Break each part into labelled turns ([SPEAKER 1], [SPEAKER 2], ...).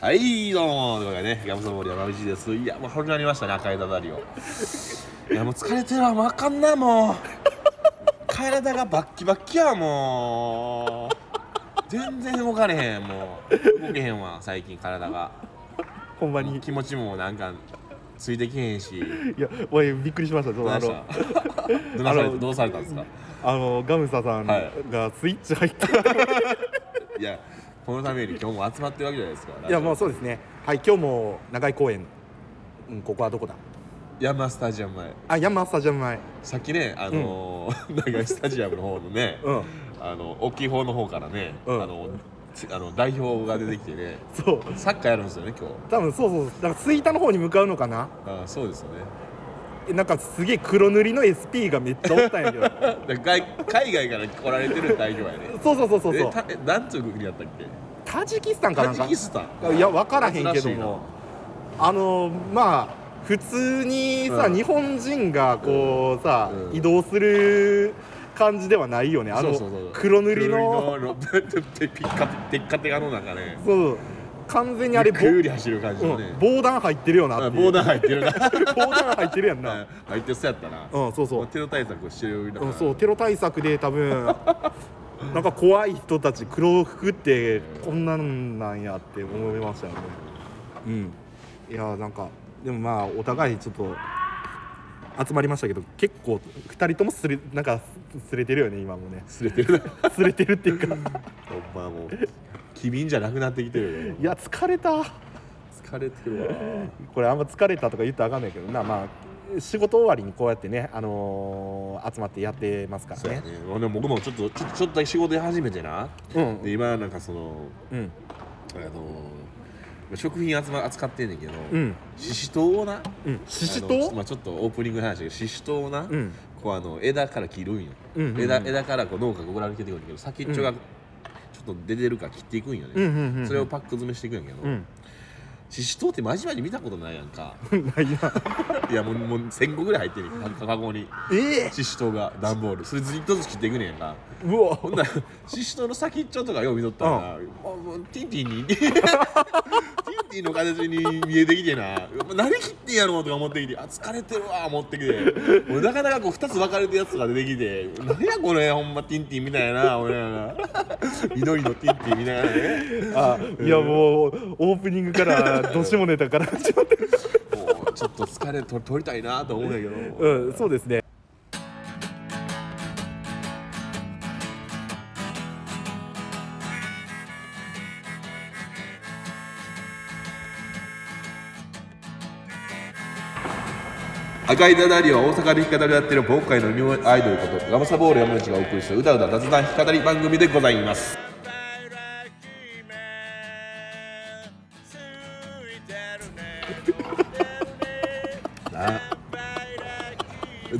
[SPEAKER 1] はいどうもというわけでね山本森山道ですいやもう始まりましたね赤いだだりをいやもう疲れてるわもうあかんなもう体がバッキバッキやもう全然動かれへんもう動けへんわ最近体が
[SPEAKER 2] ほんまにい
[SPEAKER 1] 気持ちもなんかついてけへんし
[SPEAKER 2] やおいびっくりしましたそ
[SPEAKER 1] どう
[SPEAKER 2] のあ
[SPEAKER 1] し
[SPEAKER 2] の
[SPEAKER 1] たどうされたどうされたんですか
[SPEAKER 2] あのガムサさん
[SPEAKER 1] はい
[SPEAKER 2] がスイッチ入 った、
[SPEAKER 1] いやこのために今日も集まってるわけじゃないですか
[SPEAKER 2] い、やまあそうですねはい今日も長井公園、うん、ここはどこだ
[SPEAKER 1] 山スタジアム前
[SPEAKER 2] あヤンマースタジアム前
[SPEAKER 1] さっきねあのー 長井スタジアムの方のね、
[SPEAKER 2] うん
[SPEAKER 1] あの大きい方の方からね、
[SPEAKER 2] うん
[SPEAKER 1] あのつあの代表が出てきてね
[SPEAKER 2] そう
[SPEAKER 1] サッカーやるんですよね今日
[SPEAKER 2] 多分そうそうだから吹田の方に向かうのかな
[SPEAKER 1] あそうですよね
[SPEAKER 2] えなんかすげえ黒塗りの SP がめっちゃおったんや けど
[SPEAKER 1] だから外海外から来られてる代表やね
[SPEAKER 2] そうそうそうそうそう
[SPEAKER 1] えたえなんつう国やったっけ
[SPEAKER 2] タジキスタンかな
[SPEAKER 1] タ
[SPEAKER 2] ん
[SPEAKER 1] ジ
[SPEAKER 2] か
[SPEAKER 1] キスタン
[SPEAKER 2] いや分からへんけど
[SPEAKER 1] 珍しいな
[SPEAKER 2] もあのまあ普通にさ、
[SPEAKER 1] うん
[SPEAKER 2] 日本人がこうさ、
[SPEAKER 1] うん
[SPEAKER 2] 移動する感じではないよねあ
[SPEAKER 1] そ
[SPEAKER 2] の
[SPEAKER 1] うそうそう
[SPEAKER 2] 黒塗り
[SPEAKER 1] 黒
[SPEAKER 2] の
[SPEAKER 1] 塗りの ロピッカテッカテカの中ね
[SPEAKER 2] そう完全にあ
[SPEAKER 1] ゆ
[SPEAKER 2] れ
[SPEAKER 1] っ
[SPEAKER 2] ぼ
[SPEAKER 1] くり走る感じのね
[SPEAKER 2] うん、防弾入ってるよな
[SPEAKER 1] あ
[SPEAKER 2] ってい
[SPEAKER 1] ボ
[SPEAKER 2] う
[SPEAKER 1] ーダー入ってる な
[SPEAKER 2] 防弾入ってるやん な
[SPEAKER 1] 入ってそうやったな
[SPEAKER 2] うんそうそう
[SPEAKER 1] テロ対策をしてる
[SPEAKER 2] うん、そうテロ対策で多 分なんか怖い人たち黒服ってこんなんなんやって思いましたよねうんいやーなんかでもまあお互いちょっと集まりましたけど結構2人ともすれなんかすすれてるよね今もね
[SPEAKER 1] すれてるな
[SPEAKER 2] すれてるって いうか
[SPEAKER 1] ほんまもう機敏じゃなくなってきてるよ
[SPEAKER 2] いや疲れた
[SPEAKER 1] 疲れてるわ
[SPEAKER 2] これあんま疲れたとか言ったらあかんないけどなまあ仕事終わりにこうやってね、あのー集まってやってますから
[SPEAKER 1] そうや
[SPEAKER 2] ね
[SPEAKER 1] ねまあでも僕もちょっとちょちょっとだけ仕事で始めてな
[SPEAKER 2] うん
[SPEAKER 1] で今なんかその
[SPEAKER 2] うん
[SPEAKER 1] あのー食品扱ま扱ってんねんけど、
[SPEAKER 2] うん
[SPEAKER 1] ししとうをな
[SPEAKER 2] うんしし
[SPEAKER 1] あの
[SPEAKER 2] とう
[SPEAKER 1] まあ、ちょっとオープニングの話だけどししとうをな、
[SPEAKER 2] うん
[SPEAKER 1] こうあの枝から切るんよ、
[SPEAKER 2] うんうんうん
[SPEAKER 1] 枝枝からこう農家が送られてくるんだけど先っちょがちょっと出てるから切っていくんよね、
[SPEAKER 2] うんうんうんうん
[SPEAKER 1] それをパック詰めしていくんやけど、
[SPEAKER 2] うん
[SPEAKER 1] ししとうってまじまじ見たことないやんか
[SPEAKER 2] ないない
[SPEAKER 1] やもうもう1000個ぐらい入ってるねんか箱に
[SPEAKER 2] ええ
[SPEAKER 1] ししとうが段ボールそれずっとずつ切っていくねんやんか
[SPEAKER 2] うわ
[SPEAKER 1] ほんならししとうの先っちょとかよう見とったら、あもうティンティンにティンティンの形に見えてきてな何切ってんやろうとか思ってきてあ疲れてるわ思ってきて俺なかなかこう2つ分かれてるやつが出てきて何やこれほんまティンティンみたいな俺らな 緑のティンティンみたいなね
[SPEAKER 2] あいやもうオープニングからどしもネタから始まってる
[SPEAKER 1] もうちょっと疲れと取りたいなと思うんだけど、
[SPEAKER 2] うんそうですね
[SPEAKER 1] 赤いダダリは大阪で弾き語りをやっている今回のニューアイドルことガムサボール山口がお送りしたうだうだ雑談弾き語り番組でございますな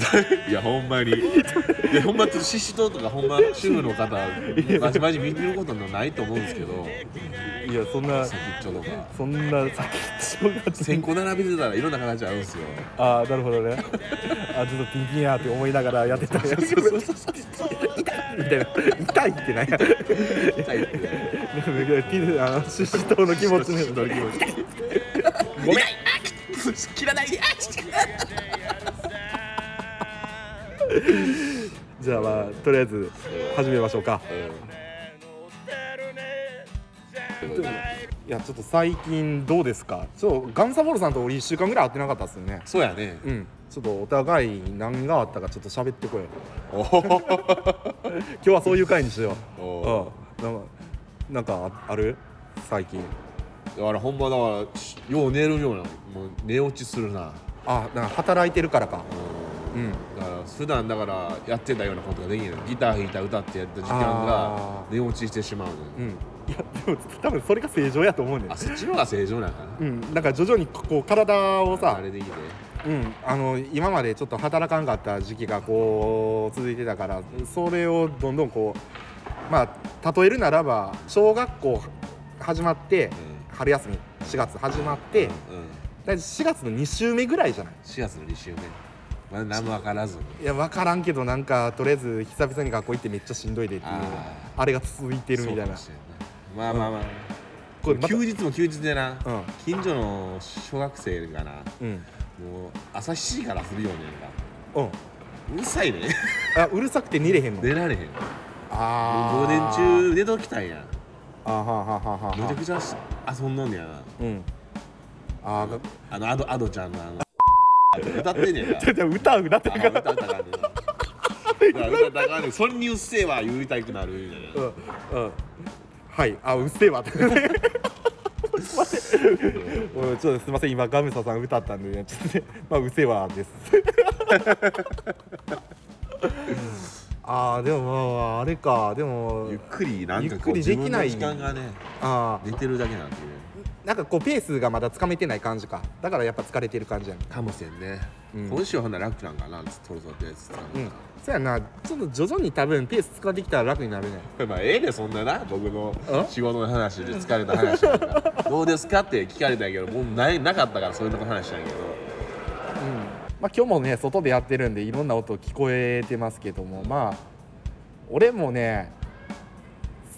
[SPEAKER 1] いやほんまにいやほんまちょっとししとうとかほんま主婦の方まじまじ見ることのないと思うんですけど
[SPEAKER 2] いやそんな
[SPEAKER 1] 先っちょとか
[SPEAKER 2] そんな先っちょ
[SPEAKER 1] 先行並べてたらいろんな形あるんですよ
[SPEAKER 2] があなるほどねあちょっとピンピンやって思いながらやってた よ
[SPEAKER 1] そうそうそう
[SPEAKER 2] みたいな痛いってないや
[SPEAKER 1] 痛いってね
[SPEAKER 2] あのシシトウの気持ちね
[SPEAKER 1] の気持ちごめんあ 切らないであちっ
[SPEAKER 2] じゃあまあとりあえず始めましょうかいやちょっと最近どうですかちょっとガンサボールさんと俺1週間ぐらい会ってなかったですよね
[SPEAKER 1] そうやね
[SPEAKER 2] うんちょっとお互い何があったかちょっと喋ってこよう
[SPEAKER 1] おお
[SPEAKER 2] 今日はそういう回にしよう
[SPEAKER 1] お
[SPEAKER 2] うんなんかなんかあある最近
[SPEAKER 1] だからほんまだからしよう寝るようなもう寝落ちするな
[SPEAKER 2] あなんか働いてるからか
[SPEAKER 1] う
[SPEAKER 2] うん
[SPEAKER 1] んだから普段だからやってたようなことができないギター弾いた歌ってやった時間が
[SPEAKER 2] あー
[SPEAKER 1] 寝落ちしてしまうの
[SPEAKER 2] うんいやでも多分それが正常やと思うねん
[SPEAKER 1] あそっちの方が正常なんかな
[SPEAKER 2] うんなんか徐々にこう体をさ
[SPEAKER 1] あれでいいね
[SPEAKER 2] うん、あの今までちょっと働かんかった時期がこう続いてたからそれをどんどんこうまあ例えるならば小学校始まって、春休み4月始まって
[SPEAKER 1] うんうん
[SPEAKER 2] 大体4月の2週目ぐらいじゃない
[SPEAKER 1] 4月の2週目まだ何も分からずに
[SPEAKER 2] いや分からんけどなんかとりあえず久々に学校行ってめっちゃしんどいでっていう
[SPEAKER 1] あ
[SPEAKER 2] あれが続いてるみたいな
[SPEAKER 1] そうかもしれんなまあまあまあ、
[SPEAKER 2] これまた
[SPEAKER 1] 休日も休日でな、
[SPEAKER 2] うん
[SPEAKER 1] 近所の小学生がな
[SPEAKER 2] うん
[SPEAKER 1] もう朝7時からするようにやんか
[SPEAKER 2] うん
[SPEAKER 1] うるさいね
[SPEAKER 2] あうるさくて寝れへんの
[SPEAKER 1] 出られへん
[SPEAKER 2] あ
[SPEAKER 1] 午
[SPEAKER 2] ー
[SPEAKER 1] 前中出ときたいやん
[SPEAKER 2] あはははは
[SPEAKER 1] めちゃくちゃし遊んどんねやな
[SPEAKER 2] うんあー
[SPEAKER 1] あのアドアドちゃんのあの 歌ってんねやんか
[SPEAKER 2] ちょっと歌うなって
[SPEAKER 1] あ
[SPEAKER 2] るか
[SPEAKER 1] 歌ったらあかんねんな歌ったらあかんねんそれにうっせえわ言いたくなるみたいな
[SPEAKER 2] うんうんはいあうっせえわ ってすいませんうんちょっとすいません今ガムサさん歌ったんでねちょっとねまあうっせえわですあーでもまああれかでも
[SPEAKER 1] ゆっくりなんかこう
[SPEAKER 2] ゆっくりできない
[SPEAKER 1] 自分の時間がね
[SPEAKER 2] あー
[SPEAKER 1] 寝てるだけなんていうね
[SPEAKER 2] なんかこうペースがまだつかめてない感じかだからやっぱ疲れてる感じやね
[SPEAKER 1] かもしれんね、
[SPEAKER 2] うん
[SPEAKER 1] 今週はほんなら楽なんかなつってそろそろってやつつ
[SPEAKER 2] うんそやなちょっと徐々に多分ペース使ってきたら楽になるね
[SPEAKER 1] まあええでそんなな僕の
[SPEAKER 2] うん
[SPEAKER 1] 仕事の話で疲れた話と かどうですかって聞かれたんやけどもうないなかったからそういうとこ話したんやけど
[SPEAKER 2] うんまあ、今日もね外でやってるんでいろんな音聞こえてますけどもまあ俺もね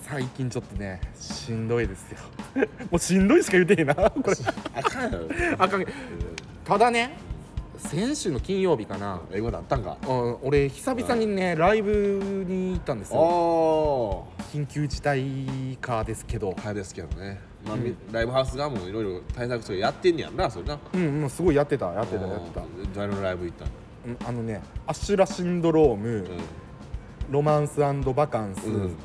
[SPEAKER 2] 最近ちょっとねしんどいですよ もうしんどいしか言うてへんなこれ
[SPEAKER 1] あかん やろ
[SPEAKER 2] あかんただね先週の金曜日かな、
[SPEAKER 1] 英語だったんか
[SPEAKER 2] うん、俺久々にねライブに行ったんです
[SPEAKER 1] お
[SPEAKER 2] よ
[SPEAKER 1] お
[SPEAKER 2] 緊急事態かですけど
[SPEAKER 1] ーはいですけどね、まあ
[SPEAKER 2] うん
[SPEAKER 1] みライブハウスがもういろいろ対策とかやってんねやんなそれな
[SPEAKER 2] うんうんすごいやってたやってたやってた、
[SPEAKER 1] た誰のライブ行ったの
[SPEAKER 2] うん、あのねアッシュラシンドローム、ロマンスバカンス、
[SPEAKER 1] うん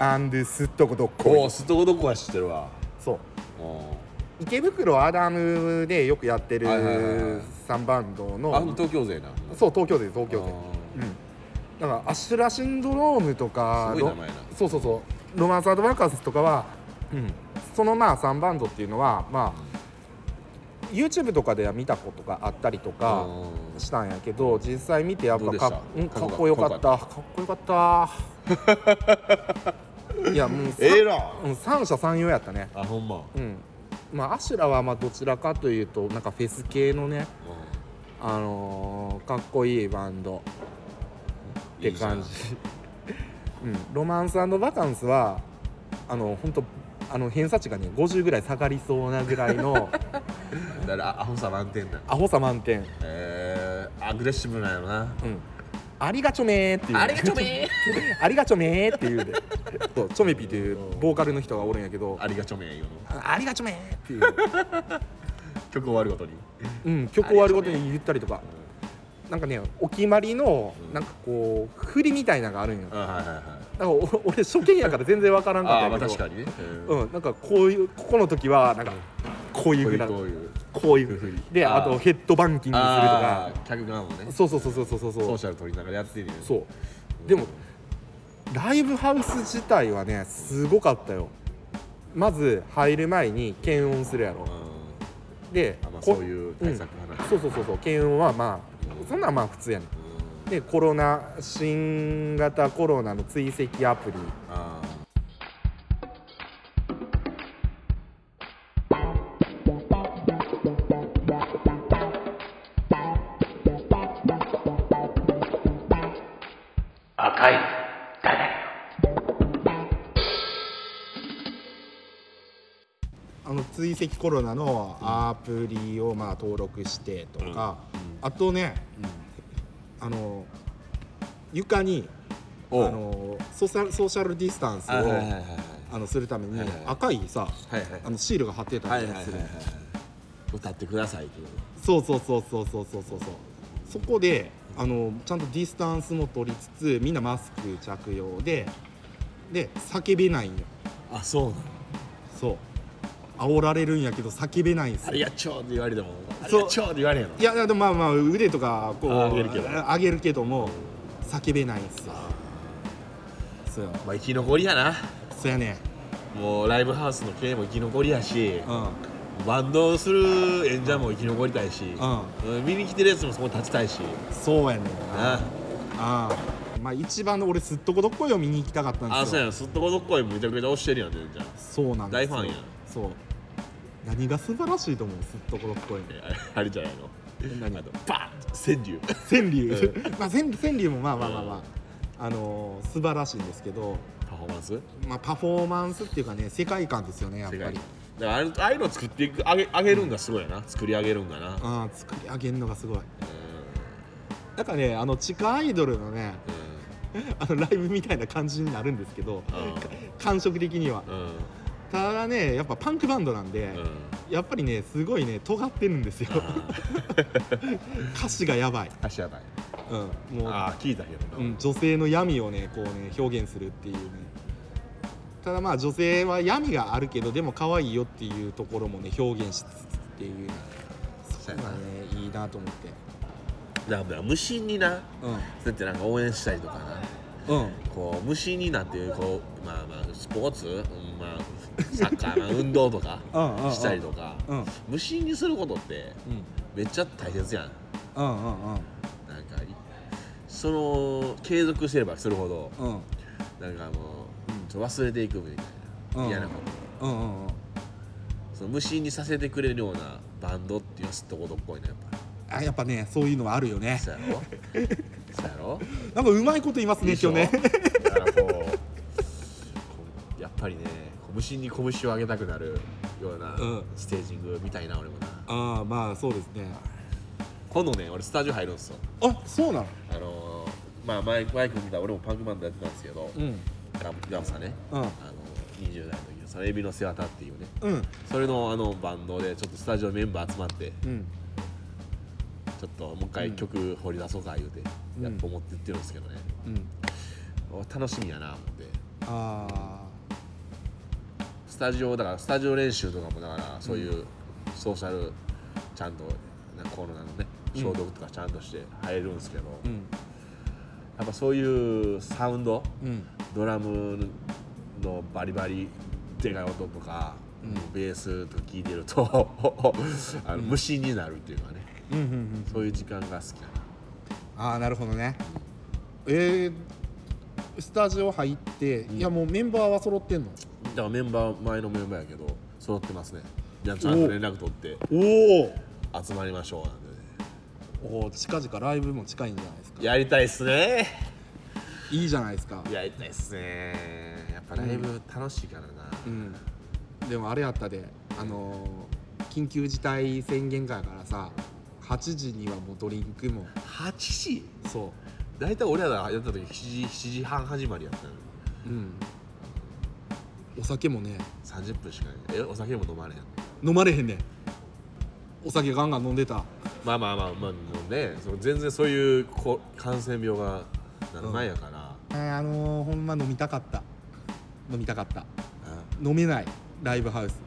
[SPEAKER 2] アンドゥスッとこと
[SPEAKER 1] うん、お
[SPEAKER 2] こ
[SPEAKER 1] おすとこどこは知ってるわ
[SPEAKER 2] そう
[SPEAKER 1] お
[SPEAKER 2] 池袋アダムでよくやってる
[SPEAKER 1] はいはいはいはい
[SPEAKER 2] 3バンド
[SPEAKER 1] ーあの
[SPEAKER 2] の
[SPEAKER 1] 東京勢な
[SPEAKER 2] そう東京で東京で
[SPEAKER 1] あ
[SPEAKER 2] うんだからアシュラシンドロームとか
[SPEAKER 1] すごい名前やな
[SPEAKER 2] ロそうそうそうロマンスバカンスとかは、うん、そのまあ3バンドっていうのはまあ YouTube とかでは見たことがあったりと
[SPEAKER 1] ー
[SPEAKER 2] か
[SPEAKER 1] うん
[SPEAKER 2] したんやけど実際見てやっ
[SPEAKER 1] どう
[SPEAKER 2] ぱ
[SPEAKER 1] でした
[SPEAKER 2] かうんかっこよかったかっこよかった いやもうさ
[SPEAKER 1] ええな
[SPEAKER 2] うん、三者三様やったね
[SPEAKER 1] あほんま、
[SPEAKER 2] うんまあアシュラはまあどちらかというとなんかフェス系のねあのーかっこいいバンドっ
[SPEAKER 1] い
[SPEAKER 2] て
[SPEAKER 1] いじゃん
[SPEAKER 2] 感じうんロマンスバカンスはあの本当あの偏差値がね50ぐらい下がりそうなぐら いの
[SPEAKER 1] だからアホさ満点だ
[SPEAKER 2] アホさ満点
[SPEAKER 1] えー、アグレッシブなんやろな
[SPEAKER 2] うんありがちょめーっていう
[SPEAKER 1] ちょめー
[SPEAKER 2] ありがちょめーっていうでそうチョメピーっていうボーカルの人がおるんやけど
[SPEAKER 1] ありがちょめー言うの
[SPEAKER 2] ありがちょめーっていう
[SPEAKER 1] 曲終わるごとに
[SPEAKER 2] うん、曲終わるごとに言ったりとか、なんかねお決まりの
[SPEAKER 1] うん
[SPEAKER 2] なんかこう振りみたいなのがあるんよ、だか
[SPEAKER 1] あはいはいはい
[SPEAKER 2] らお俺初見やから全然わからんかっ
[SPEAKER 1] あ
[SPEAKER 2] た
[SPEAKER 1] あ
[SPEAKER 2] ん
[SPEAKER 1] ま
[SPEAKER 2] や
[SPEAKER 1] あ
[SPEAKER 2] けど
[SPEAKER 1] 確かにね、うん
[SPEAKER 2] うん、なんかこういうここの時はなんかこういう
[SPEAKER 1] こうい
[SPEAKER 2] ふう
[SPEAKER 1] う
[SPEAKER 2] な
[SPEAKER 1] こういう
[SPEAKER 2] こうい
[SPEAKER 1] こういう
[SPEAKER 2] う
[SPEAKER 1] ふうに
[SPEAKER 2] であ
[SPEAKER 1] あー
[SPEAKER 2] とヘッドバンキングすると
[SPEAKER 1] あ
[SPEAKER 2] か
[SPEAKER 1] あ客側もね
[SPEAKER 2] そうそうそうそうそうそう
[SPEAKER 1] ソ
[SPEAKER 2] そ
[SPEAKER 1] ー
[SPEAKER 2] う
[SPEAKER 1] シャル取りながらやってるよね
[SPEAKER 2] でもライブハウス自体はねすごかったよまず入る前に検温するや
[SPEAKER 1] う
[SPEAKER 2] ろ
[SPEAKER 1] ん
[SPEAKER 2] で
[SPEAKER 1] あまあ
[SPEAKER 2] こ
[SPEAKER 1] そういう対策話、うん
[SPEAKER 2] そうそうそうそう検温はまあそんなんまあ普通やねんでコロナ新型コロナの追跡アプリ
[SPEAKER 1] あ
[SPEAKER 3] 赤いダダ
[SPEAKER 2] あの追跡コロナのアプリをまあ登録してとか、あとね、あの床にあ
[SPEAKER 1] おう
[SPEAKER 2] のソーシャルソーシャルディスタンスを
[SPEAKER 1] あ
[SPEAKER 2] あ、
[SPEAKER 1] はいはいはいはい
[SPEAKER 2] のするために、
[SPEAKER 1] はいはい
[SPEAKER 2] 赤いさ、
[SPEAKER 1] はいはい
[SPEAKER 2] あのシールが貼ってた
[SPEAKER 1] はい
[SPEAKER 2] り
[SPEAKER 1] はいはい
[SPEAKER 2] する、
[SPEAKER 1] はい歌ってくださいっていう
[SPEAKER 2] そうそうそうそうそうそうそうそうそこであのちゃんとディスタンスも取りつつみんなマスク着用でで叫べないんよ
[SPEAKER 1] あそうなの
[SPEAKER 2] そう煽られるんやけど叫べないんす
[SPEAKER 1] あ
[SPEAKER 2] よ
[SPEAKER 1] りがちょうって言われてもあり
[SPEAKER 2] そう
[SPEAKER 1] がちょうって言われへんの
[SPEAKER 2] いやいやでもまあまあ腕とかこう
[SPEAKER 1] あ上げるけど
[SPEAKER 2] あ上げるけども叫べないんすよそうよ
[SPEAKER 1] まあ生き残りやな
[SPEAKER 2] そうやね
[SPEAKER 1] もうライブハウスの経営も生き残りやし
[SPEAKER 2] うんうん
[SPEAKER 1] バンドをする演者も生き残りたいし、うん見に来てるやつもそこに立ちたいし、
[SPEAKER 2] そうやねんな
[SPEAKER 1] な
[SPEAKER 2] ああまあ一番の俺すっとこどっこいを見に行きたかったんですよ
[SPEAKER 1] あそうやんすっとこどっこいめちゃくちゃ推してるやん全然
[SPEAKER 2] そうなんです
[SPEAKER 1] 大
[SPEAKER 2] よ
[SPEAKER 1] ファンや
[SPEAKER 2] そう何が素晴らしいと思うすっとこどっこい
[SPEAKER 1] えあれあれじゃないの
[SPEAKER 2] 何
[SPEAKER 1] あのバーン川柳
[SPEAKER 2] 川柳 まあ川川柳もまあまあまあまああのー素晴らしいんですけど
[SPEAKER 1] パフォーマンス
[SPEAKER 2] まあパフォーマンスっていうかね世界観ですよねやっぱ
[SPEAKER 1] 世界
[SPEAKER 2] り
[SPEAKER 1] 観だからあれああいうの作っていくあげあげるんがすごいよな作り上げるんがな、うん
[SPEAKER 2] うん作り上げるのがすごいなんかねあの地下アイドルのねあのライブみたいな感じになるんですけど感触的には
[SPEAKER 1] うんうん
[SPEAKER 2] ただねやっぱパンクバンドなんで、
[SPEAKER 1] うん
[SPEAKER 2] やっぱりねすごいね尖ってるんですよ 歌詞がやばい、
[SPEAKER 1] 足やばい
[SPEAKER 2] うん、もう
[SPEAKER 1] ああ聞いたけどな、
[SPEAKER 2] うん、女性の闇をねこうね表現するっていうねただまあ女性は闇があるけどでも可愛いよっていうところもね表現しつつっていうねそ
[SPEAKER 1] そう
[SPEAKER 2] れ
[SPEAKER 1] や
[SPEAKER 2] が
[SPEAKER 1] な
[SPEAKER 2] ねいいなと思って
[SPEAKER 1] だから無心になだってなんか応援したりとかな
[SPEAKER 2] うんうん
[SPEAKER 1] こう無心になってこうまあまあスポーツ、うんまあ、サッカ ー、まあ、運動とか
[SPEAKER 2] うんうんうん
[SPEAKER 1] したりとか
[SPEAKER 2] うん
[SPEAKER 1] 無心にすることって
[SPEAKER 2] うん
[SPEAKER 1] めっちゃ大切やん
[SPEAKER 2] うんうん
[SPEAKER 1] なんかいその継続すればするほど
[SPEAKER 2] うんうん
[SPEAKER 1] なんかもうちょっと忘れていくみたいな、
[SPEAKER 2] うん
[SPEAKER 1] 嫌なこと
[SPEAKER 2] うんうんうん
[SPEAKER 1] その無心にさせてくれるようなバンドっていうのはすっとことっぽ いなやっぱり
[SPEAKER 2] あやっぱねそういうのはあるよね
[SPEAKER 1] そうやろそうやろ
[SPEAKER 2] なんかうまいこと言いますね
[SPEAKER 1] でしょ
[SPEAKER 2] 今日ね
[SPEAKER 1] だからこうこうやっぱりね拳に拳を上げたくなるような
[SPEAKER 2] うん
[SPEAKER 1] ステージングみたいな俺もな、
[SPEAKER 2] ああまあそうですね
[SPEAKER 1] 今度ね俺スタジオ入るんですよ
[SPEAKER 2] あそうなの
[SPEAKER 1] あのーまあ前前組んだ俺もパンクバンドやってたんですけど、
[SPEAKER 2] うん
[SPEAKER 1] ガムガムさんね、
[SPEAKER 2] うん
[SPEAKER 1] あの20代の時のそのエビの背わたっていうね
[SPEAKER 2] うん
[SPEAKER 1] それのあのバンドでちょっとスタジオメンバー集まって
[SPEAKER 2] うん
[SPEAKER 1] ちょっともう一回曲掘り出そうか言うて
[SPEAKER 2] うん
[SPEAKER 1] やっと思って言ってるんですけどね、
[SPEAKER 2] う
[SPEAKER 1] お
[SPEAKER 2] ん
[SPEAKER 1] 楽しみやな思って
[SPEAKER 2] ああ
[SPEAKER 1] スタジオだからスタジオ練習とかもだからそういうソーシャルちゃんとなんかコロナのね
[SPEAKER 2] うん
[SPEAKER 1] 消毒とかちゃんとして入れるんですけど、
[SPEAKER 2] う
[SPEAKER 1] やっ
[SPEAKER 2] ん
[SPEAKER 1] ぱそういうサウンド
[SPEAKER 2] うん
[SPEAKER 1] ドラムのバリバリでかい音とか、
[SPEAKER 2] うん
[SPEAKER 1] ベースとか聞いてると あの無心になるっていうかね、
[SPEAKER 2] うんうんうん
[SPEAKER 1] そういう時間が好きだな
[SPEAKER 2] ああなるほどねえー、スタジオ入って、いやもうメンバーは揃ってんの
[SPEAKER 1] だからメンバー前のメンバーやけど揃ってますねじゃあちゃんと連絡取って
[SPEAKER 2] お
[SPEAKER 1] 集まりましょうなんでね
[SPEAKER 2] おお近々ライブも近いんじゃないですか
[SPEAKER 1] やりたいっすね
[SPEAKER 2] いいじゃないですか
[SPEAKER 1] やりたいっすねやっぱライブ楽しいからな、
[SPEAKER 2] うんでもあれやったであのー緊急事態宣言下やからさ8時にはもうドリンクも
[SPEAKER 1] 8時
[SPEAKER 2] そ
[SPEAKER 1] 大体俺らがやった時7時 ,7 時半始まりやったの
[SPEAKER 2] ううんお酒もね
[SPEAKER 1] 30分しかないえお酒も飲まれへん
[SPEAKER 2] 飲まれへんねんお酒ガンガン飲んでた
[SPEAKER 1] まあまあまあまあもうねその全然そういうこ感染病がなる前やから、
[SPEAKER 2] あーあのー、ほんま飲みたかった飲みたかった
[SPEAKER 1] あ
[SPEAKER 2] 飲めないライブハウス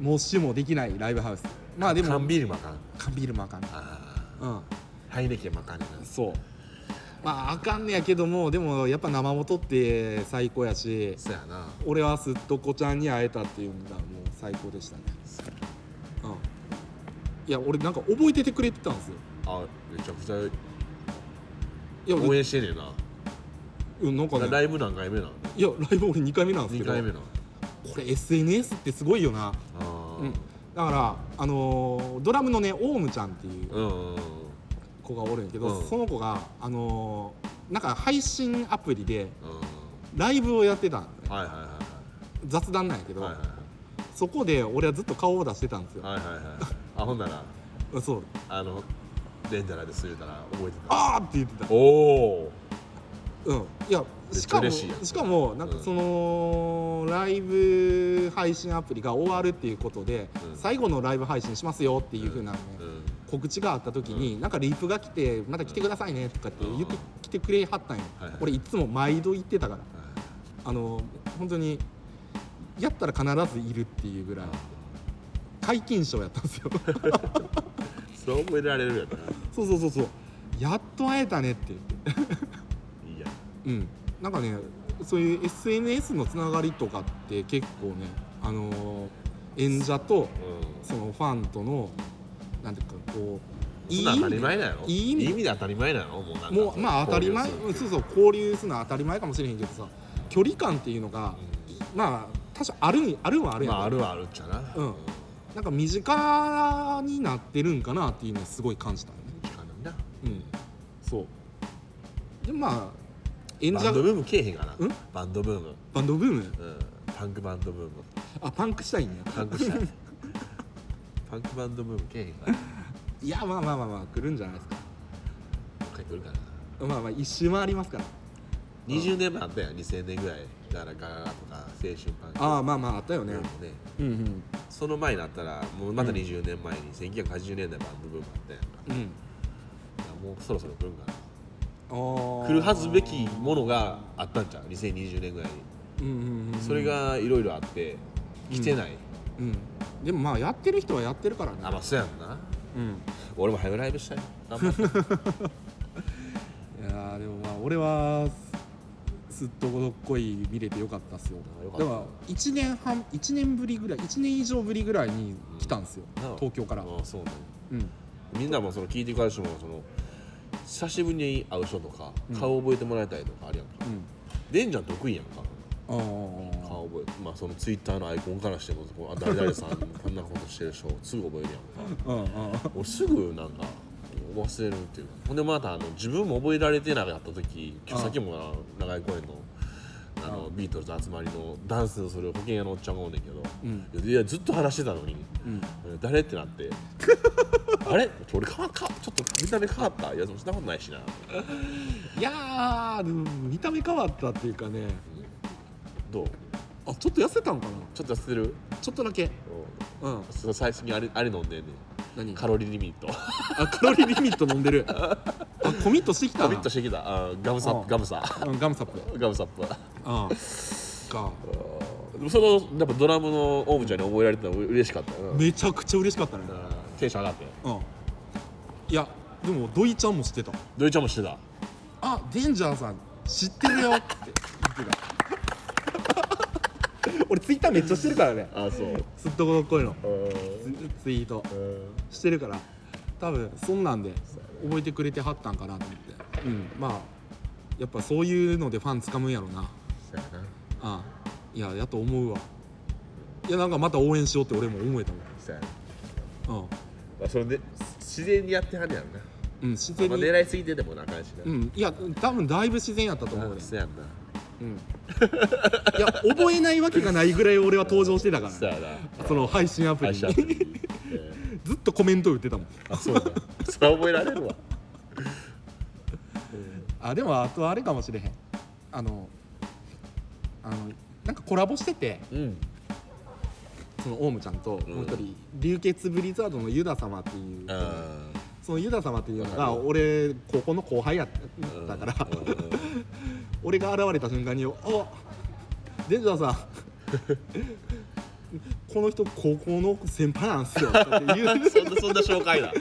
[SPEAKER 2] もう酒もできないライブハウスまあでも
[SPEAKER 1] 缶ビールもあかん
[SPEAKER 2] 缶ビールもあかんね
[SPEAKER 1] あ
[SPEAKER 2] うん
[SPEAKER 1] ーハイネケンもあかんねんな
[SPEAKER 2] そうまああかんねやけどもでもやっぱ生元って最高やし
[SPEAKER 1] そうやな
[SPEAKER 2] 俺はすっとこちゃんに会えたっていうのがもう最高でしたねうんいや俺なんか覚えててくれてたんですよ
[SPEAKER 1] あめちゃくちゃ
[SPEAKER 2] いや
[SPEAKER 1] 応援してんねんな、
[SPEAKER 2] うんなんか
[SPEAKER 1] ラ
[SPEAKER 2] ね
[SPEAKER 1] イブ何回目なの
[SPEAKER 2] いやライブ俺2回目なんですけ
[SPEAKER 1] 2
[SPEAKER 2] ど
[SPEAKER 1] 回目なの
[SPEAKER 2] これ SNS ってすごいよな
[SPEAKER 1] あ
[SPEAKER 2] うんだからあのードラムのねオウムちゃんっていう
[SPEAKER 1] ーうんうん
[SPEAKER 2] 子がおるんやけど、
[SPEAKER 1] うん
[SPEAKER 2] その子があのーなんか配信アプリで
[SPEAKER 1] うん
[SPEAKER 2] ライブをやってたんですね
[SPEAKER 1] はいはいは
[SPEAKER 2] 雑談なんやけ
[SPEAKER 1] い
[SPEAKER 2] ど、
[SPEAKER 1] はいはいはい
[SPEAKER 2] そこで俺はずっと顔を出してたんですよ、
[SPEAKER 1] はいはいはいあほんなら
[SPEAKER 2] そう
[SPEAKER 1] あのレンダラです言うたら覚えてた
[SPEAKER 2] あーって言ってた
[SPEAKER 1] おお
[SPEAKER 2] うんいや
[SPEAKER 1] めっ
[SPEAKER 2] し
[SPEAKER 1] ちゃ
[SPEAKER 2] かも
[SPEAKER 1] 嬉しいやん
[SPEAKER 2] しかもなんか
[SPEAKER 1] うん
[SPEAKER 2] その、ライブ配信アプリが終わるっていうことで、
[SPEAKER 1] うん
[SPEAKER 2] 最後のライブ配信しますよっていうふうなね、
[SPEAKER 1] うん
[SPEAKER 2] 告知があった時に、なんかリープが来てまた来てくださいねとかって言って
[SPEAKER 1] うん
[SPEAKER 2] 来てくれはったんよ、
[SPEAKER 1] はいはい
[SPEAKER 2] 俺いつも毎度言ってたからあの本当にやったら必ずいるっていうぐらい皆勤賞やったんで すよ
[SPEAKER 1] そう覚えられるやったな
[SPEAKER 2] そうそうそうそうやっと会えたねって言って
[SPEAKER 1] いいやん
[SPEAKER 2] うんなんかねそういう SNS のつながりとかって結構ねあのー演者と
[SPEAKER 1] う
[SPEAKER 2] そのファンとのなんていうかこうい
[SPEAKER 1] ん
[SPEAKER 2] い
[SPEAKER 1] そんなん当た
[SPEAKER 2] 意味
[SPEAKER 1] り
[SPEAKER 2] で
[SPEAKER 1] 前なの
[SPEAKER 2] いい意味で
[SPEAKER 1] いい意味で当たり前なのもうなんか
[SPEAKER 2] もうまあ当たり前
[SPEAKER 1] 交
[SPEAKER 2] う
[SPEAKER 1] 流
[SPEAKER 2] ん
[SPEAKER 1] す
[SPEAKER 2] そ
[SPEAKER 1] る
[SPEAKER 2] うそう交流するのは当たり前かもしれへんけどさ距離感っていうのが、まあ多少あるんあるんはあるやん、
[SPEAKER 1] まああるはあるっちゃな
[SPEAKER 2] うんなんか身近になってるんかなっていうのはすごい感じたよね
[SPEAKER 1] 時間なんだ
[SPEAKER 2] うんそうでまあ演
[SPEAKER 1] バ
[SPEAKER 2] 者
[SPEAKER 1] ンドブームけえへんかな
[SPEAKER 2] うん
[SPEAKER 1] バンドブーム
[SPEAKER 2] バンドブーム
[SPEAKER 1] うんパンクバンドブーム
[SPEAKER 2] あパンクしたいんや
[SPEAKER 1] パンクしたいパンクバンドブームけえへんからも
[SPEAKER 2] いやまあまあまあまあ来るんじゃないですか
[SPEAKER 1] う一回来るかな
[SPEAKER 2] まあまあ一周回りますから
[SPEAKER 1] 20年前あったやん2000年ぐらいだからガガガとか青春パンク
[SPEAKER 2] ああまあまああったよ
[SPEAKER 1] ブ
[SPEAKER 2] ね
[SPEAKER 1] ームね
[SPEAKER 2] うんうん
[SPEAKER 1] その前になったらもうまた20年前に1980年代バンドブームあったやんか
[SPEAKER 2] うん
[SPEAKER 1] だからもうそろそろ来るんかな
[SPEAKER 2] ああ
[SPEAKER 1] 来るはずべきものがあったんちゃう2020年ぐらいに
[SPEAKER 2] うんうんうん
[SPEAKER 1] それがいろいろあって来てない、
[SPEAKER 2] うんでもまあやってる人はやってるからね
[SPEAKER 1] あまあそうやんな
[SPEAKER 2] うん
[SPEAKER 1] 俺も早くライブしたい頑張って
[SPEAKER 2] いやーでもまあ俺はすすっとこどっこい見れてよかったっすよ
[SPEAKER 1] あよかっ
[SPEAKER 2] で
[SPEAKER 1] た
[SPEAKER 2] も1年半1年ぶりぐらい1年以上ぶりぐらいに来たんですよ、
[SPEAKER 1] なあ
[SPEAKER 2] 東京から
[SPEAKER 1] ああそうなんや
[SPEAKER 2] うん
[SPEAKER 1] みんなもその聞いてくれる人もその久しぶりに会う人とか顔覚えてもらいたいとかあるやんか、
[SPEAKER 2] うん
[SPEAKER 1] デンジャー得意やんか
[SPEAKER 2] ああ
[SPEAKER 1] 顔覚えまあそのツイッターのアイコンからしてもこのあ誰々さんこんなことしてる人すぐ覚えるやんか
[SPEAKER 2] うんうん
[SPEAKER 1] 俺すぐなんか忘れるっていうかほんでまたあの自分も覚えられてなかった時今日さっきもな長井公園のあのビートルズ集まりのダンスをする保険屋のおっちゃんがおんねんけど、いやずっと話してたのに、誰ってなって あれ俺変わったちょっと見た目変わったいやそんなことないしない
[SPEAKER 2] やーでも見た目変わったっていうかね
[SPEAKER 1] どう
[SPEAKER 2] あちょっと痩せたんかな
[SPEAKER 1] ちょっと痩せてる
[SPEAKER 2] ちょっとだけうん
[SPEAKER 1] そう最初にあれあれ飲んでんね
[SPEAKER 2] 何
[SPEAKER 1] んカロリーリミット
[SPEAKER 2] あカロリーリミット飲んでるあコミットしてきたな
[SPEAKER 1] コミットしてきたあガムサッ
[SPEAKER 2] うん
[SPEAKER 1] プガ ムサ
[SPEAKER 2] うんガムサップうん
[SPEAKER 1] ガムサップ
[SPEAKER 2] か
[SPEAKER 1] そのやっぱドラムのオブちゃんに覚えられてたの嬉しかったよな
[SPEAKER 2] めちゃくちゃ嬉しかったね
[SPEAKER 1] テンション上がって
[SPEAKER 2] うんいやでも土井ちゃんも知ってた
[SPEAKER 1] ドイちゃんもしてた
[SPEAKER 2] あデンジャーさん知ってる よって言ってた俺ツイッターめっちゃしてるからね
[SPEAKER 1] あそう
[SPEAKER 2] すっとこどっこいの
[SPEAKER 1] う
[SPEAKER 2] ツツイート
[SPEAKER 1] ん
[SPEAKER 2] してるから多分そんなんで覚えてくれてはったんかなと思ってうんまあやっぱそういうのでファンつかむんやろな
[SPEAKER 1] そうやな
[SPEAKER 2] ああいややと思うわいやなんかまた応援しようって俺も思えた
[SPEAKER 1] そうやな
[SPEAKER 2] もん
[SPEAKER 1] まあそれで自然にやってはるやんな
[SPEAKER 2] うん、うん、自
[SPEAKER 1] あん
[SPEAKER 2] 然
[SPEAKER 1] ま
[SPEAKER 2] に、
[SPEAKER 1] 狙いすぎててもなあかんしな
[SPEAKER 2] うんいや多分だいぶ自然やったと思うね
[SPEAKER 1] あそうやんな
[SPEAKER 2] うん、いや覚えないわけがないぐらい俺は登場してたか
[SPEAKER 1] そう
[SPEAKER 2] ら
[SPEAKER 1] やな
[SPEAKER 2] その配信アプリ
[SPEAKER 1] 会
[SPEAKER 2] に
[SPEAKER 1] 社え
[SPEAKER 2] ずっとコメント打ってたもん
[SPEAKER 1] ーあそうだそれは覚えられるわ
[SPEAKER 2] あでもあとあれかもしれへんあのあのなんかコラボしてて
[SPEAKER 1] うん
[SPEAKER 2] そのオウムちゃんと
[SPEAKER 1] ん
[SPEAKER 2] もう一人、流血ブリザードのユダ様っていう人が
[SPEAKER 1] あ
[SPEAKER 2] そのユダ様っていうの
[SPEAKER 1] わか
[SPEAKER 2] が
[SPEAKER 1] る
[SPEAKER 2] 俺高校の後輩やっ
[SPEAKER 1] ー
[SPEAKER 2] たから
[SPEAKER 1] うんうん
[SPEAKER 2] 俺が現れた瞬間に「おデンジャ ーさんこの人高校の先輩なんすよ」って言う
[SPEAKER 1] そんなそんな紹介だ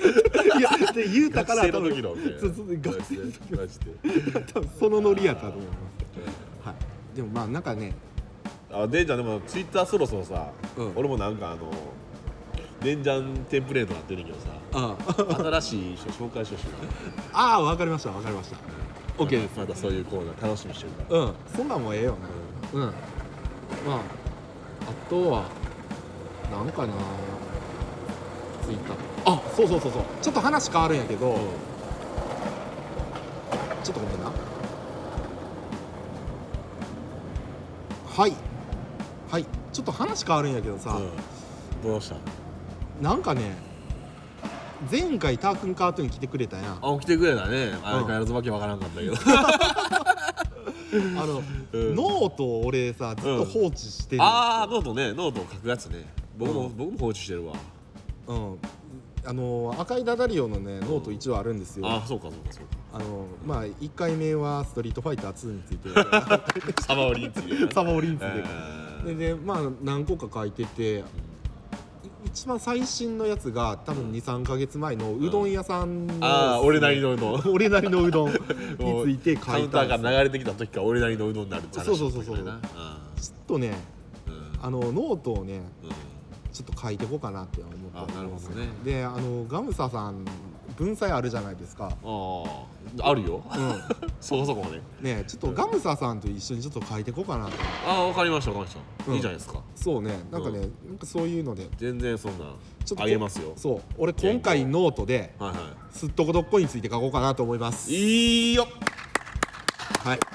[SPEAKER 2] いやって言うたか ら
[SPEAKER 1] 学生
[SPEAKER 2] 多
[SPEAKER 1] の時
[SPEAKER 2] 分
[SPEAKER 1] のみたいな
[SPEAKER 2] そうそう学生の
[SPEAKER 1] マジで
[SPEAKER 2] 多分そのノリやったと思います、はい、でもまあなんかね
[SPEAKER 1] あデンジャーでもツイッターそろそろさ、
[SPEAKER 2] うん
[SPEAKER 1] 俺もなんかあのデンジャンテンプレートなってるけどさ
[SPEAKER 2] あ
[SPEAKER 1] 新しい人紹介してほしい
[SPEAKER 2] あ分かりました分かりました
[SPEAKER 1] な
[SPEAKER 2] OK です
[SPEAKER 1] またそういうコーナー楽しみにしてるから
[SPEAKER 2] うんそんなんもええよなうんまああとはなんかなツイッターあそうそうそうそうちょっと話変わるんやけど、ちょっとごめんなはいはいちょっと話変わるんやけどさ、
[SPEAKER 1] うんどうした
[SPEAKER 2] なんかね前回タークンカートゥーン来てくれたやんあ
[SPEAKER 1] あ起きてくれたね
[SPEAKER 2] うん
[SPEAKER 1] 相変わらずわけわからんかったけど
[SPEAKER 2] の、
[SPEAKER 1] うん
[SPEAKER 2] ノートを俺さずっと放置してる、
[SPEAKER 1] ああノートねノートを書くやつね僕も、
[SPEAKER 2] うん
[SPEAKER 1] 僕も放置してるわ
[SPEAKER 2] うん、あの赤いダダリオのねノート一応あるんですよ
[SPEAKER 1] あ
[SPEAKER 2] あ
[SPEAKER 1] そうかそうかそうか
[SPEAKER 2] のまあ1回目は「ストリートファイター2」につ いて
[SPEAKER 1] サバオリンっていうやつ
[SPEAKER 2] サバオリンツ
[SPEAKER 1] え
[SPEAKER 2] でででまあ何個か書いててい一番最新のやつが多分23か月前のうどん屋さんの、
[SPEAKER 1] ーあー俺なりのうどん
[SPEAKER 2] 俺なりのうどんについて 書いた
[SPEAKER 1] カウンターが流れてきた時から俺なりのうどんになるって話
[SPEAKER 2] そうそうそうそう
[SPEAKER 1] だったけどな
[SPEAKER 2] ちょっとね
[SPEAKER 1] うんうん
[SPEAKER 2] あのノートをね
[SPEAKER 1] うん
[SPEAKER 2] ちょっと書いていこうかなって思ってるんですよ
[SPEAKER 1] あなるほどね
[SPEAKER 2] であのガムサさん文才あるじゃないですか
[SPEAKER 1] あああるよ、そこそこね
[SPEAKER 2] ねちょっとガムサさんと一緒にちょっと書いていこうかなと
[SPEAKER 1] ああわかりましたわかりました、
[SPEAKER 2] うん
[SPEAKER 1] いいじゃないですか
[SPEAKER 2] そうねなんかね、なんかそういうので
[SPEAKER 1] 全然そんなん
[SPEAKER 2] ちょっと
[SPEAKER 1] あげますよ
[SPEAKER 2] そう俺今回ノートで
[SPEAKER 1] はいは
[SPEAKER 2] すっとこどっこいについて書こうかなと思います
[SPEAKER 1] いいいよ
[SPEAKER 2] はい
[SPEAKER 1] ちょ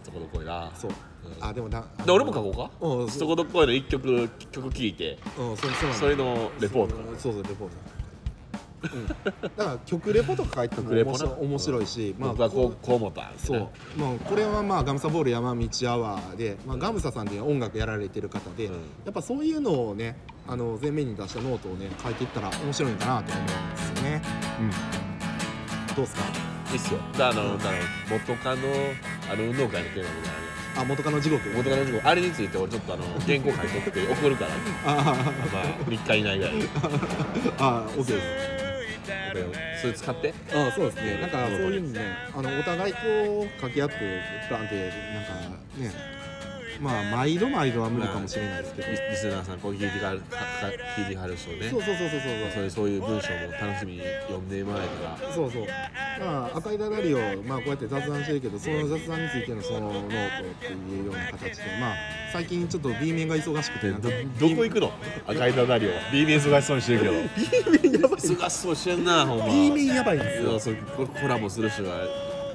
[SPEAKER 1] っとこどこいな
[SPEAKER 2] そうあでもな
[SPEAKER 1] で俺も書こうか、
[SPEAKER 2] うん
[SPEAKER 1] そこどっこいの一曲曲聴いて
[SPEAKER 2] うんそそうなの
[SPEAKER 1] それのレポートかな
[SPEAKER 2] そうそうレポート、うん、だから曲レポとか書いても
[SPEAKER 1] 曲レポ
[SPEAKER 2] 面
[SPEAKER 1] な
[SPEAKER 2] 白面白いし、まあ
[SPEAKER 1] 僕はこうこう思ったみたい
[SPEAKER 2] そ
[SPEAKER 1] な
[SPEAKER 2] う、まあ、これはまあガムサボール山道アワーで、まあ、ガムサさんで音楽やられてる方で、
[SPEAKER 1] うん
[SPEAKER 2] やっぱそういうのをねあの前面に出したノートをね書いていったら面白いかなと思うんですよね、うん、どうですか
[SPEAKER 1] いいっすよだあのだから元カノあの運動会のテーマみたいなのある
[SPEAKER 2] あ元カノ地獄
[SPEAKER 1] やん元カノ事故あれについて俺ちょっとあの原稿書いとって送るから
[SPEAKER 2] あ
[SPEAKER 1] まあ3日以内ぐらいで
[SPEAKER 2] ーあー OK です
[SPEAKER 1] これをそれ使って
[SPEAKER 2] ああそうですねなんかそういうのねあのお互いこう掛け合ってバンってなんかねまあ毎度毎度は無理かもしれないですけど、
[SPEAKER 1] リリスナーさんこう聞いてはるかか聞いてはる人ね
[SPEAKER 2] そうそうそうそう
[SPEAKER 1] そういうそういう文章も楽しみに読んでもらえたら
[SPEAKER 2] そうそうそうまあ赤いダダリをまあこうやって雑談してるけどその雑談についてのそのノートっていうような形でまあ最近ちょっと B 面が忙しくてなんか
[SPEAKER 1] どこ行くの赤いダダリオ B 面忙しそうにしてるけど
[SPEAKER 2] B 面やば
[SPEAKER 1] 忙しそうしてんなほんま
[SPEAKER 2] B 面やばいんです
[SPEAKER 1] いや
[SPEAKER 2] よ
[SPEAKER 1] そうココラボする人が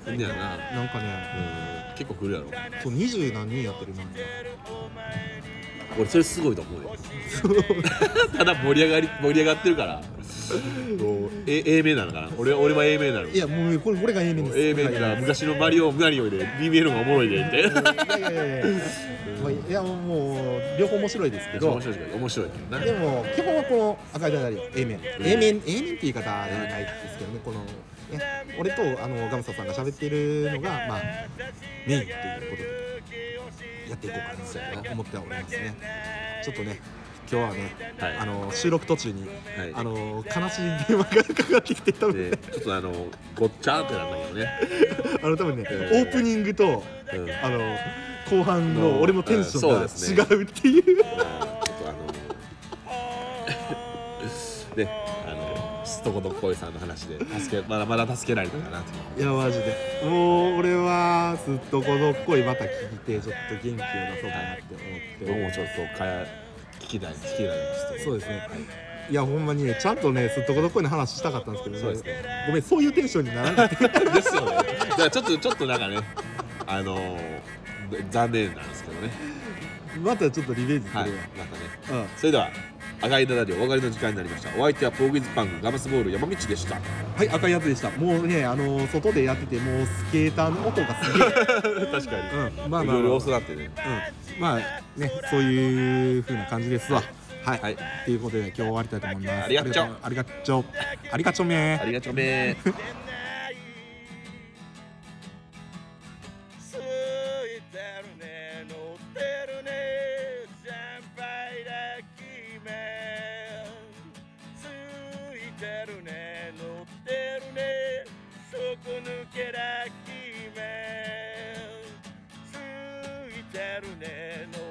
[SPEAKER 1] いるんやな
[SPEAKER 2] なんかね
[SPEAKER 1] うん結構来るやろ
[SPEAKER 2] そう二十何人やってるなんか
[SPEAKER 1] 俺それすごいと思うよただ盛り上がり盛り上がってるから A, A 名なのかな俺俺は A 名なの
[SPEAKER 2] いやもうこれこれが A 面です
[SPEAKER 1] A 名ってのは昔のマリオマリオで B 名の方がおもろいでみたいな
[SPEAKER 2] いやい やいやいや、まあ、いやもう両方面白いですけど
[SPEAKER 1] 面白いけど面白いけどな
[SPEAKER 2] でも基本はこの赤いダダリオ A 面 A 面 A 面っていう言い方はないですけどねこのね俺とあのガムサさんが喋ってるのがまあメインということでやっていこうかなと思ってはおりますねちょっとね今日はね、
[SPEAKER 1] はい
[SPEAKER 2] あの収録途中に、
[SPEAKER 1] はい
[SPEAKER 2] あの悲しい電話がかかってきて多分
[SPEAKER 1] でちょっとあのごっちゃーってなったけどね、
[SPEAKER 2] あの多分ね、
[SPEAKER 1] えー
[SPEAKER 2] オープニングと
[SPEAKER 1] うん
[SPEAKER 2] あの後半の俺のテンシ
[SPEAKER 1] うんそうです
[SPEAKER 2] ョン
[SPEAKER 1] ね
[SPEAKER 2] が違うっていう。
[SPEAKER 1] ちょっとあのねあのすとことっこいさんの話で助けまだまだ助けられたかなと
[SPEAKER 2] いやマジでもう俺はすっとこの声また聞いてちょっと元気を出そうかなって思
[SPEAKER 1] 僕
[SPEAKER 2] って
[SPEAKER 1] もちょっとかや聞きたい聞きたいです
[SPEAKER 2] そうですねいやほんまにねちゃんとねすっとこの声の話したかったんですけどね
[SPEAKER 1] そうですね
[SPEAKER 2] ごめんそういうテンションにならな くて
[SPEAKER 1] ですよねだからちょっとちょっとなんかねあの残念なんですけどね
[SPEAKER 2] またちょっとリベンジするわ、
[SPEAKER 1] はいまたね
[SPEAKER 2] うん
[SPEAKER 1] それでは赤いダダリお別れの時間になりましたお相手はポーグイズパンクガマスボール山道でした
[SPEAKER 2] はい赤いやつでしたもうねあの外でやっててもうスケーターの音がすげえ
[SPEAKER 1] 確かに
[SPEAKER 2] うんまあまあまあ
[SPEAKER 1] いろいろ教わってね
[SPEAKER 2] うんまあねそういう風な感じですわはい、
[SPEAKER 1] はい
[SPEAKER 2] ということで今日終わりたいと思います
[SPEAKER 1] ありがとう
[SPEAKER 2] ありがとうありがとうめ
[SPEAKER 1] ありがとうね
[SPEAKER 4] ついてるね乗ってるねジャンパイだ君ついてるね乗ってるね底抜けだ君ついてるね乗っ